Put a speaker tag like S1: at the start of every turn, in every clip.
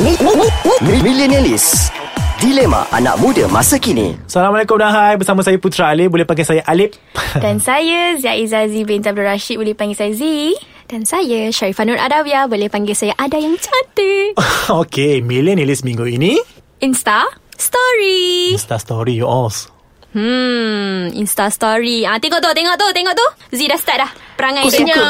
S1: Mi- mi- mi- Millenialis Dilema anak muda masa kini
S2: Assalamualaikum dan hai Bersama saya Putra Alif Boleh panggil saya Alif
S3: Dan saya Zia Izazi binti Abdul Rashid boleh panggil saya Z. Dan saya Sharifah Nur Adawiyah boleh panggil saya Ada yang cantik.
S2: Okay Millenialis minggu ini
S3: Insta story.
S2: Insta story you all
S3: Hmm, Insta story. Ah tengok tu, tengok tu, tengok tu. Z dah start dah. Perangai
S2: Kau
S3: dia.
S2: suka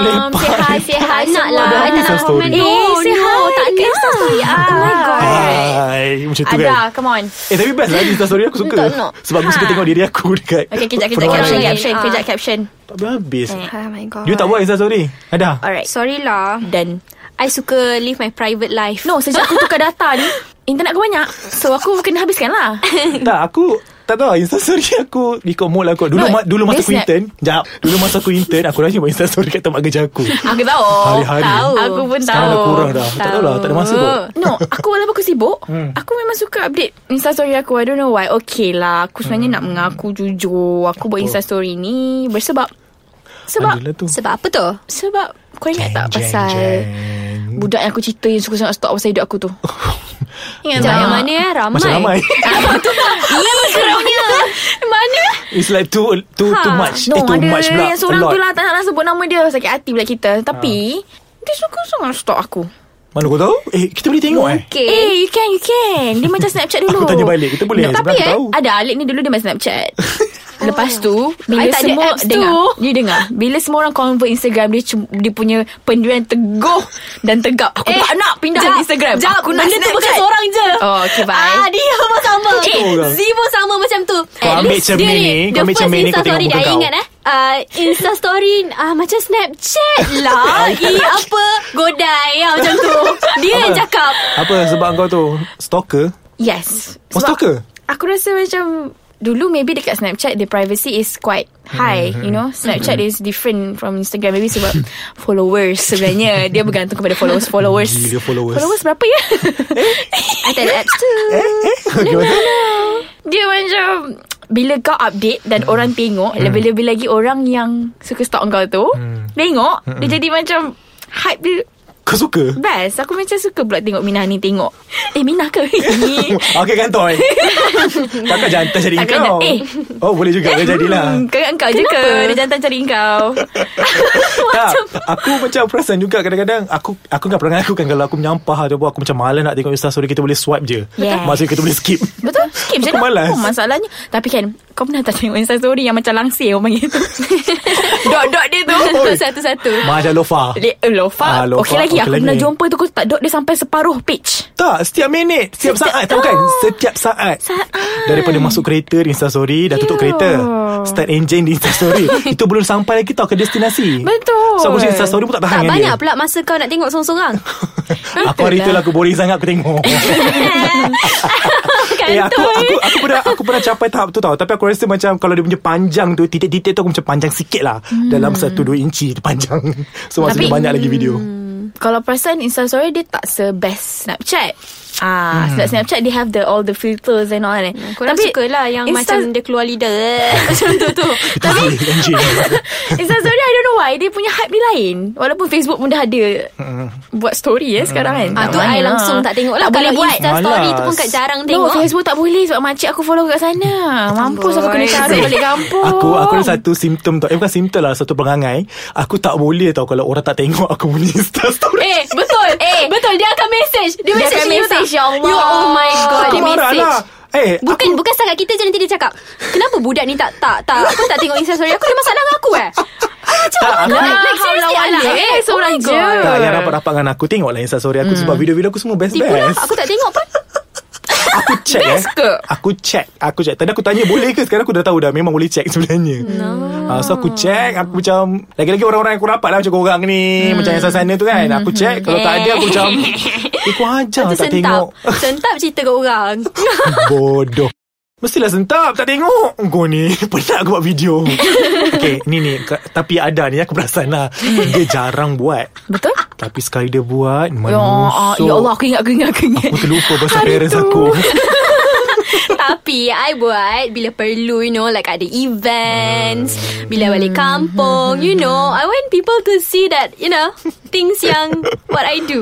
S2: lepak.
S3: Say hi, say hi.
S4: Tak nak
S3: semua.
S4: lah I tak
S2: Insta
S4: nak
S2: story.
S4: komen No,
S3: Eh, say
S4: no
S3: hi.
S4: Tak nak
S3: Insta story. Ah. Oh my god.
S2: Hai Macam tu
S3: Ada,
S2: kan
S3: come on.
S2: Eh tapi best lah Insta story aku suka
S3: Tak nak.
S2: Sebab aku suka
S3: Ha.
S2: tengok diri aku dekat
S3: Okay, kejap, kejap,
S2: perumahan.
S3: caption,
S4: Alright.
S3: caption,
S4: Ah.
S3: kejap, Eh. caption.
S2: Tak boleh habis
S4: Oh my god
S2: You tak buat Insta story Ada
S3: Alright.
S4: Sorry lah
S3: Dan
S4: I suka live my private life
S3: No, sejak aku tukar data ni, internet aku banyak. So, aku kena habiskan lah.
S2: Tak aku tak tahu lah, Insta story aku Ikut mood lah kot Dulu,
S3: No,
S2: ma- dulu masa
S3: dia
S2: aku
S3: snap.
S2: intern Sekejap Dulu masa aku intern Aku rajin buat Insta story Kat tempat kerja aku
S3: Aku tahu.
S2: Hari-hari.
S3: Tahu.
S4: Oh.
S3: Aku pun
S2: Sekarang
S3: tahu.
S2: dah kurang dah. Tak tahu lah, tak ada masa kot.
S3: No, aku walaupun aku sibuk,
S2: Hmm.
S3: aku memang suka update Instastory aku. I don't know why. Okay lah. Aku sebenarnya
S2: Hmm.
S3: nak mengaku jujur. Aku buat Instastory ni bersebab. Sebab,
S2: Adalah tu
S4: Sebab apa tu?
S3: sebab kau ingat tak
S2: Jeng, jeng,
S3: pasal
S2: jeng.
S3: budak yang aku cerita yang suka sangat stalk pasal hidup aku tu?
S2: Oh,
S3: ingat
S4: Sekejap
S3: tak?
S4: yang mana eh Ramai
S2: Macam ramai
S3: Seronoknya. mana?
S2: It's like too too too much
S3: Ah. Ha. No,
S2: eh, Too
S3: ada
S2: much pula
S3: yang seorang
S2: A lot.
S3: tu lah tak nak sebut nama dia. Sakit hati pula kita. Tapi,
S2: Ah.
S3: dia suka sangat stalk aku.
S2: Mana kau tahu Eh kita boleh tengok eh
S4: Okay
S3: Eh, you can, you can. Dia macam Snapchat dulu.
S2: Aku tanya balik, kita boleh, sebab
S3: Tapi
S2: aku
S3: eh,
S2: tahu.
S3: ada Alik ni dulu dia main Snapchat. Lepas tu
S4: I
S3: Bila
S4: tak ada
S3: semua
S4: apps
S3: dengar,
S4: tu.
S3: Dia dengar Bila semua orang convert Instagram Dia, cum- dia punya pendirian teguh Dan tegap Aku
S4: Eh,
S3: tak nak pindah
S4: jap,
S3: Instagram
S4: jap.
S3: Aku nak
S4: Benda tu
S3: Snapchat
S4: bukan seorang je
S3: Oh okay bye
S4: Ah, dia pun sama.
S2: Satu orang.
S4: Z pun sama macam tu.
S2: Kau ambil cermin ni, kau ambil cermin ni, kau tengok muka
S4: dia
S2: kau.
S4: ingat eh. Uh, Insta story uh, macam Snapchat lah. I apa godai ya, macam tu. Dia yang
S2: Apa?
S4: cakap.
S2: Apa sebab kau tu Stalker
S3: Yes
S2: Kau stalker
S3: Aku rasa macam Dulu maybe dekat Snapchat The privacy is quite high
S2: Hmm.
S3: You know Snapchat is different From Instagram Maybe sebab Followers sebenarnya Dia bergantung kepada followers Followers
S2: Gila followers.
S3: Followers berapa ya
S4: I tak ada apps tu.
S2: Okay betul
S3: Dia macam Bila kau update Dan
S2: Hmm.
S3: orang tengok Lebih-lebih lagi orang yang Suka stalk kau tu
S2: Hmm.
S3: Tengok Dia jadi macam Hype dia
S2: Kau suka
S3: Best Aku macam suka pula tengok Minah ni tengok Eh Minah ke ni
S2: Okay kan toy Kakak jantan jadi
S3: Kakak
S2: kau
S3: jantan. Eh.
S2: Oh boleh juga Kau jadilah
S3: Hmm, kau ingat kau je ke Dia jantan cari kau
S2: Tak Aku macam perasan juga Kadang-kadang Aku aku kan perangai aku kan Kalau aku menyampah Ataupun aku macam malas Nak tengok Insta story Kita boleh swipe je
S3: Yes.
S2: Maksudnya kita boleh skip
S3: Betul Skip je
S2: Aku malas.
S3: oh, Masalahnya Tapi kan Kau pernah tak tengok Instastory Yang macam langsir Orang panggil tu Dot-dot dia tu
S2: Oi.
S3: Satu-satu
S2: Macam lofa
S3: Le- eh, Lofa
S2: Ah,
S3: ah,
S2: lofa,
S3: Okey lagi
S2: okey
S3: Aku
S2: lagi.
S3: pernah jumpa tu Aku tak dot dia sampai separuh page
S2: Tak, setiap minit Setiap,
S3: Setiap-
S2: saat Tahu kan Setiap saat Saat Daripada masuk kereta Di instastory Dah tutup
S3: Yo.
S2: kereta Start engine di instastory Itu belum sampai lagi tau Ke destinasi
S3: Betul.
S2: So aku cakap instastory pun tak tahan
S4: Tak
S2: dengan
S4: banyak
S2: dia
S4: pula masa kau nak tengok sorang-sorang.
S2: Aku hari tu lah Aku boring sangat Aku tengok
S4: Kan
S2: Eh, aku,
S4: tu.
S2: aku, aku pernah aku pernah capai tahap tu tau Tapi aku rasa macam Kalau dia punya panjang tu Titik-titik tu aku macam panjang sikit lah hmm. Dalam 1-2 inci dia panjang So maksudnya
S3: Tapi- Hmm.
S2: banyak lagi video
S4: Hmm.
S3: Kalau perasan Instastory dia tak sebest Snapchat Ah, hmm. Snapchat they have the all the filters and all. that.
S4: Korang Tapi, suka lah yang
S3: Insta-
S4: macam dia keluar lidah. macam tu tu.
S2: Itu boleh engine
S3: Instastory I don't know why Dia punya hype dia lain Walaupun Facebook pun dah ada
S2: Hmm.
S3: Buat story eh sekarang kan
S4: Ah, tu I langsung tak tengok lah.
S3: Tak boleh
S4: Kalau
S3: buat
S4: Insta story tu pun
S2: Malas.
S4: kat jarang
S3: No
S4: tengok.
S3: Facebook tak boleh Sebab makcik aku follow kat sana Mampus aku kena taruh balik kampung
S2: Aku aku ada satu simptom tau Eh bukan simptom lah Satu perangai Aku tak boleh tau Kalau orang tak tengok Aku punya Insta story
S4: Eh betul
S3: Eh.
S4: eh. Betul dia akan message Dia,
S3: Dia
S4: message
S3: akan
S4: you
S3: message,
S4: tak?
S3: ya Allah.
S4: you, Oh my god
S2: Aku
S4: Dia
S2: marah
S4: message
S2: lah Eh
S4: Bukan bukan sangat kita je nanti dia cakap Kenapa budak ni tak tak tak Aku tak tengok Insta story aku Ada masalah dengan aku eh Macam
S2: Tak,
S4: oh
S2: aku-
S4: my god Like
S3: Haula
S4: seriously
S3: wala.
S4: Alah
S3: Eh,
S4: Eh
S3: seorang
S4: seorang
S3: je.
S4: je
S2: Tak yang rapat-rapat dengan aku Tengok lah Insta story aku Sebab video-video aku semua best-best
S4: Hmm. Tipu lah aku tak tengok pun
S2: Aku check eh
S3: Best ke?
S2: Aku check Aku check Tadi aku tanya boleh ke Sekarang aku dah tahu dah Memang boleh check sebenarnya no. ha, So aku check Aku macam Lagi-lagi orang-orang yang aku rapat lah Macam korang ni Macam
S4: Hmm.
S2: yang sana tu kan Aku check Kalau tak ada aku macam Eh kau ajar
S4: Lepas tu
S2: tak
S4: sentap
S2: tengok
S4: Sentap cerita kat orang
S2: Bodoh Mestilah sentap Tak tengok Kau ni Penat aku buat video Okay ni ni ka- Tapi ada ni Aku perasan lah Dia jarang buat
S3: Betul
S2: Tapi sekali dia buat
S3: Ya, ah,
S2: Menusuk
S3: ya Allah aku ingat aku ingat aku ingat
S2: Aku terlupa pasal parents aku
S4: Tapi I buat Bila perlu you know Like ada events Bila balik kampung You know I want people to see that You know things yang what I do.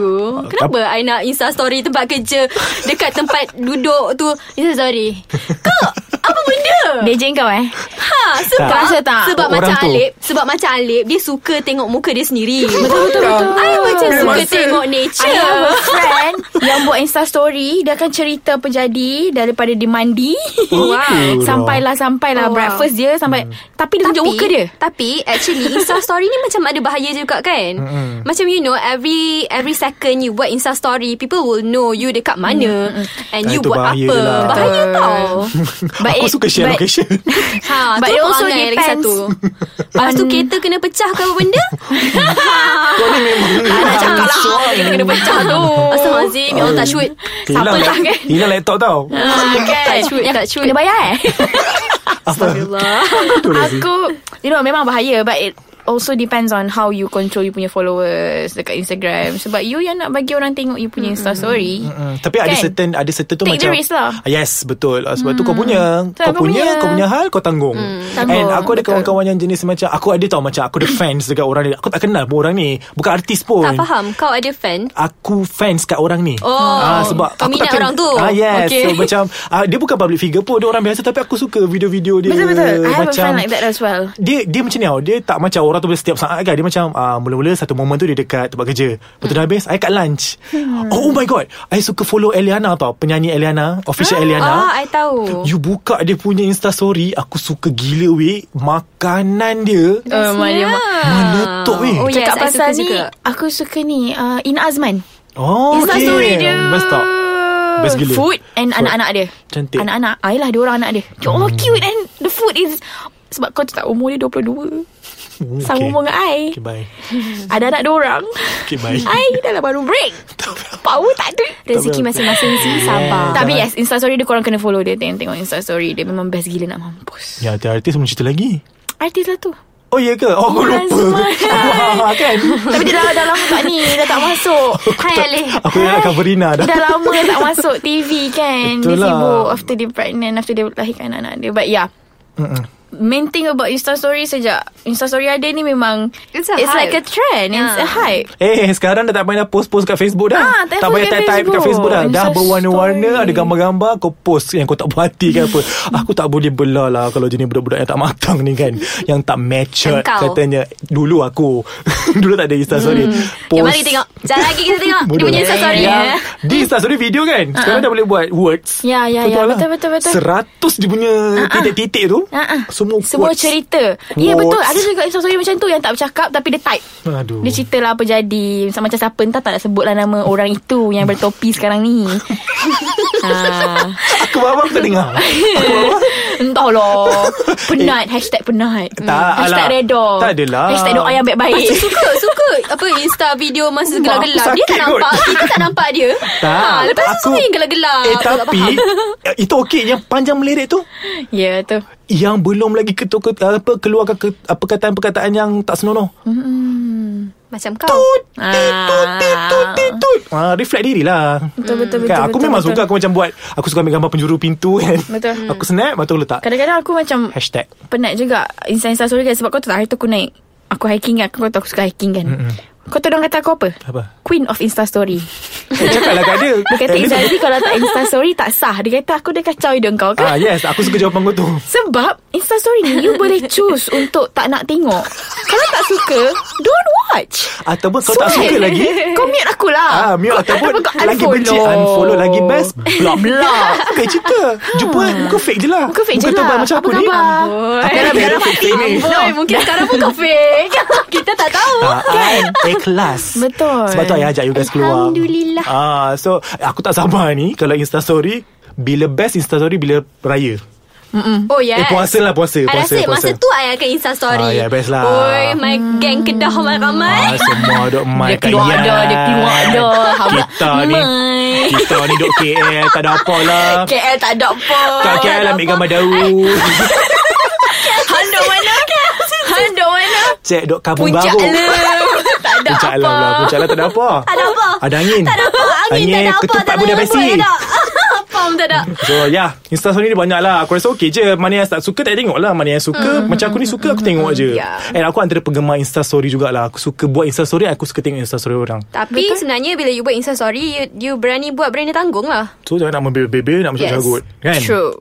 S4: Kenapa I nak Insta story tempat kerja dekat tempat duduk tu Insta story. Kau apa benda?
S3: Dia jeng kau eh
S4: Ha, sebab
S3: Tak. Rasa tak?
S4: sebab
S2: Orang
S4: macam
S2: tu.
S4: Alip, sebab macam Alip dia suka tengok muka dia sendiri. Betul
S2: betul, betul.
S4: I macam
S2: Memang
S4: suka
S2: betul.
S4: tengok
S3: I
S4: nature.
S3: have a friend Yang buat insta story Dia akan cerita apa jadi Daripada dia mandi
S2: Wow.
S3: Sampailah Sampailah
S4: Oh, wow.
S3: breakfast dia Sampai
S2: Hmm.
S3: Tapi dia tunjuk muka dia
S4: Tapi actually Insta story ni macam ada bahaya juga kan. Mm-hmm. Macam you know every every second you buat Insta story people will know you dekat mana mm-hmm. and
S2: Ah,
S4: you
S2: itu
S4: buat
S2: bahaya
S4: apa.
S2: je lah.
S4: Bahaya
S3: Betul.
S4: tau.
S3: But
S2: Aku
S3: it-
S2: suka share
S3: but-
S2: location
S4: ha,
S3: But
S4: tu
S3: it also
S4: perangai lagi
S3: depends
S4: satu. Lepas tu kereta kena pecah ke apa benda?
S2: Kau ni memang
S4: Tak Ah, cakap lah. Kereta kena pecah tu. Astagfirullahalazim, ya
S2: Oh.
S4: Allah tak shoot. Siapa
S2: Hilang
S4: lah kan?
S2: Hilang laptop tau
S4: Ah, kan? Tak shoot, tak shoot.
S3: Kena bayar eh
S4: Astagfirullah.
S2: Betul lah Zee.
S3: Aku You know memang bahaya But it also depends on How you control You punya followers Dekat Instagram Sebab you yang nak bagi orang Tengok you punya Insta story
S2: Mm, tapi ada
S3: Kan?
S2: certain ada certain tu
S3: Take
S2: macam
S3: the risk lah. Hmm.
S2: Yes, betul. Ah, Sebab tu kau punya,
S3: Betul,
S2: kau
S3: aku
S2: punya,
S3: punya. Hmm,
S2: kau punya hal kau tanggung.
S3: tanggung,
S2: And aku ada
S3: betul.
S2: kawan-kawan yang jenis macam aku ada tau macam aku ada fans dekat orang ni. Aku tak kenal pun orang ni. Bukan artis pun.
S4: Tak faham. Kau ada fan?
S2: Aku fans kat orang ni
S4: Oh,
S2: ah, Sebab
S4: kau
S2: aku
S4: minat
S2: takkan-
S4: orang tu.
S2: ah, Yes okay.
S4: Okay.
S2: So macam ah, Dia bukan public figure pun Dia orang biasa Tapi aku suka video-video dia
S3: Betul-betul I have a
S2: macam,
S3: friend like that as well
S2: dia dia macam ni tau Dia tak macam orang tu boleh setiap saat kan Dia macam uh, Mula-mula satu momen tu Dia dekat tempat kerja Lepas tu dah habis I kat lunch oh, oh my god I suka follow Eliana tau Penyanyi Eliana Official Eliana
S4: Ah, I tahu.
S2: You buka dia punya Insta story Aku suka gila weh Makanan dia
S3: Oh, Malia
S2: Meletup weh
S4: Oh, yes,
S3: Cakap
S4: I
S3: pasal
S4: suka
S3: ni
S4: juga.
S3: Aku suka ni uh, Ina Azman
S2: Oh
S3: Insta
S2: okay.
S3: story dia
S2: Best tau Best gila
S3: Food and
S2: Food.
S3: anak-anak dia
S2: Cantik. Hmm.
S3: Anak-anak I lah dia orang anak dia Ya Allah cute and The food is Sebab kau tak umur dia 22
S2: Oh,
S3: Sama
S2: okay.
S3: umur dengan I
S2: Okay bye
S3: Ada anak dia orang
S2: Okay bye
S3: I dah lah baru break Power tak ada
S4: Rezeki masing-masing
S2: Eh,
S4: sih sabar.
S3: Tapi yes Instastory dia korang kena follow dia Tengok, tengok Instastory dia Memang best gila nak mampus
S2: Ya artis belum cerita lagi
S3: Artis lah tu
S2: Oh iya ke? Oh aku
S3: Yes,
S2: lupa
S3: man.
S2: Kan
S3: Tapi dia dah, dah lama tak ni Dah tak masuk Hai Alif
S2: Aku ingat cover Rina dah.
S3: Dia dah lama tak masuk TV kan
S2: Betul
S3: Dia
S2: lah.
S3: sibuk After dia pregnant After dia lahirkan anak dia But yeah
S2: Mm-mm.
S3: Main thing about Instastory sejak Instastory ada ni memang
S4: It's a
S3: It's
S4: hype.
S3: like a Ah. trend It's
S4: Yeah.
S3: a hype
S2: Eh sekarang dah tak payah nak post-post kat Facebook dah
S3: Ah, tak
S2: Tak payah
S3: payah
S2: type-type kat
S3: Facebook.
S2: Facebook dah Dah
S3: Insta story.
S2: berwarna-warna Ada gambar-gambar Kau post yang kau tak puas hati ke apa Aku tak boleh belah lah Kalau jenis budak-budak yang tak matang ni kan Yang tak
S3: Kan
S2: mature
S4: Engkau.
S2: Katanya Dulu aku Dulu tak ada Instastory hmm.
S4: Okay, mari tengok. Sekejap lagi kita tengok. Dia punya Instastory. eh.
S2: Ya. Di Instastory video kan Sekarang dah boleh buat words
S3: Ya, ya,
S2: Kau
S3: ya.
S2: tahu lah,
S3: Betul, betul, betul.
S2: Seratus dia punya Titik-titik tu
S3: Ah, ah.
S2: Semua
S3: Semua
S2: quotes.
S3: cerita Ya yeah,
S2: Quotes.
S3: betul Ada juga Instastory macam tu Yang tak bercakap Tapi dia type
S2: Aduh
S3: Dia cerita lah apa jadi Macam, macam siapa Entah tak nak sebut lah nama orang itu Yang bertopi sekarang ni ha.
S2: Aku faham aku tak dengar Aku faham
S3: Entahlah Penat Hashtag penat Hmm.
S2: Tak,
S3: Hashtag
S2: alah.
S3: reda
S2: Tak adalah.
S3: Hashtag doa yang baik-baik
S4: Macam suka Suka Apa Insta video Masa gelap-gelap Dia
S2: sakit
S4: tak nampak Kita tak nampak dia
S2: Tak.
S4: ha, Lepas tu
S2: Aku-
S4: suka yang gelap-gelap
S2: Eh
S4: Tak
S2: tapi
S4: faham.
S2: eh, Itu okey Yang panjang melirik tu
S3: Ya tu
S2: Yang belum lagi ketuk, apa, Keluarkan ke, apa, perkataan-perkataan Yang tak senonoh
S4: Macam kau
S3: Ah.
S2: Titut Titut Titut ah, Reflect diri lah
S3: Betul, betul, betul,
S2: kan, Aku
S3: betul,
S2: memang
S3: betul.
S2: suka Aku macam buat Aku suka ambil gambar penjuru pintu kan
S3: Betul.
S2: Aku snap Lepas tu letak
S3: Kadang-kadang aku macam
S2: Hashtag
S3: Penat juga Insta-insta story kan Sebab kau tahu hari tu aku naik Aku hiking kan Kau tahu aku suka hiking kan Kau tahu orang kata aku apa?
S2: Apa?
S3: Queen of Insta story
S2: Eh, Cakap lah kat dia
S3: Dia kata
S2: Eh, dia-
S3: Izzaldi kalau tak Insta story tak sah Dia kata aku dah kacau hidup kau
S2: Ah
S3: kan
S2: yes, aku suka jawapan kau tu.
S3: Sebab Insta story ni You boleh choose Untuk tak nak tengok Kalau tak suka Don't watch
S2: Ataupun kau tak suka lagi,
S3: Kau mute aku lah
S2: Ah, mute ataupun
S3: kau
S2: lagi benci unfollow lagi best block block. Kayak cerita. Jumpa muka fake je lah.
S3: Muka fake je
S2: tebal
S3: lah
S2: macam
S3: Apa
S2: aku ni.
S3: khabar
S2: Aku dah biar fake ni.
S4: Boy mungkin sekarang pun kau fake Kita tak tahu
S2: Kan? Ikhlas
S3: Betul.
S2: Sebab tu I ajak you guys keluar
S4: Alhamdulillah.
S2: ah, So aku tak sabar ni Kalau instastory Bila best instastory Bila raya
S4: Oh yes
S2: Eh puasa lah puasa
S4: I
S2: puasa,
S4: rasa
S2: puasa.
S4: masa tu I akan Insta story
S2: Ah, ya, best lah.
S4: Oi my gang Kedah
S2: Ah,
S4: ramai-ramai
S2: semua dok mai
S3: Dia keluar
S2: kaya.
S3: dah, dia keluar dah. Habaq
S2: Kita ni
S3: mai.
S2: Kita ni dok KL Tak ada apa lah
S4: KL tak ada apa
S2: Kat KL ambil gambar daun
S4: Handuk mana Handuk mana
S2: Cek dok kampung
S4: Puncak
S2: Ah, baru
S4: lah Tak ada
S2: Puncak lah
S4: apa
S2: pula Puncak lah tak ada apa
S4: Tak ada apa
S2: Ada angin
S4: Tak ada apa Angin, tak ada apa
S2: ketupat
S4: Tak ada
S2: budak
S4: apa
S2: besi
S4: tak ada. Apa benda tak ada.
S2: So yeah Instastory ni banyak lah Aku rasa okay je Mana yang tak suka tak tengok lah Mana yang
S4: Hmm.
S2: suka mm, Macam aku ni suka Aku tengok je
S4: yeah.
S2: And aku antara penggemar Instastory jugalah Aku suka buat Instastory Aku suka tengok Instastory orang
S4: Tapi Betul? sebenarnya bila you buat Insta story you, you berani buat berani tanggung lah.
S2: So jangan nak membebel-bebel Nak mencakut-cakut kan?
S3: True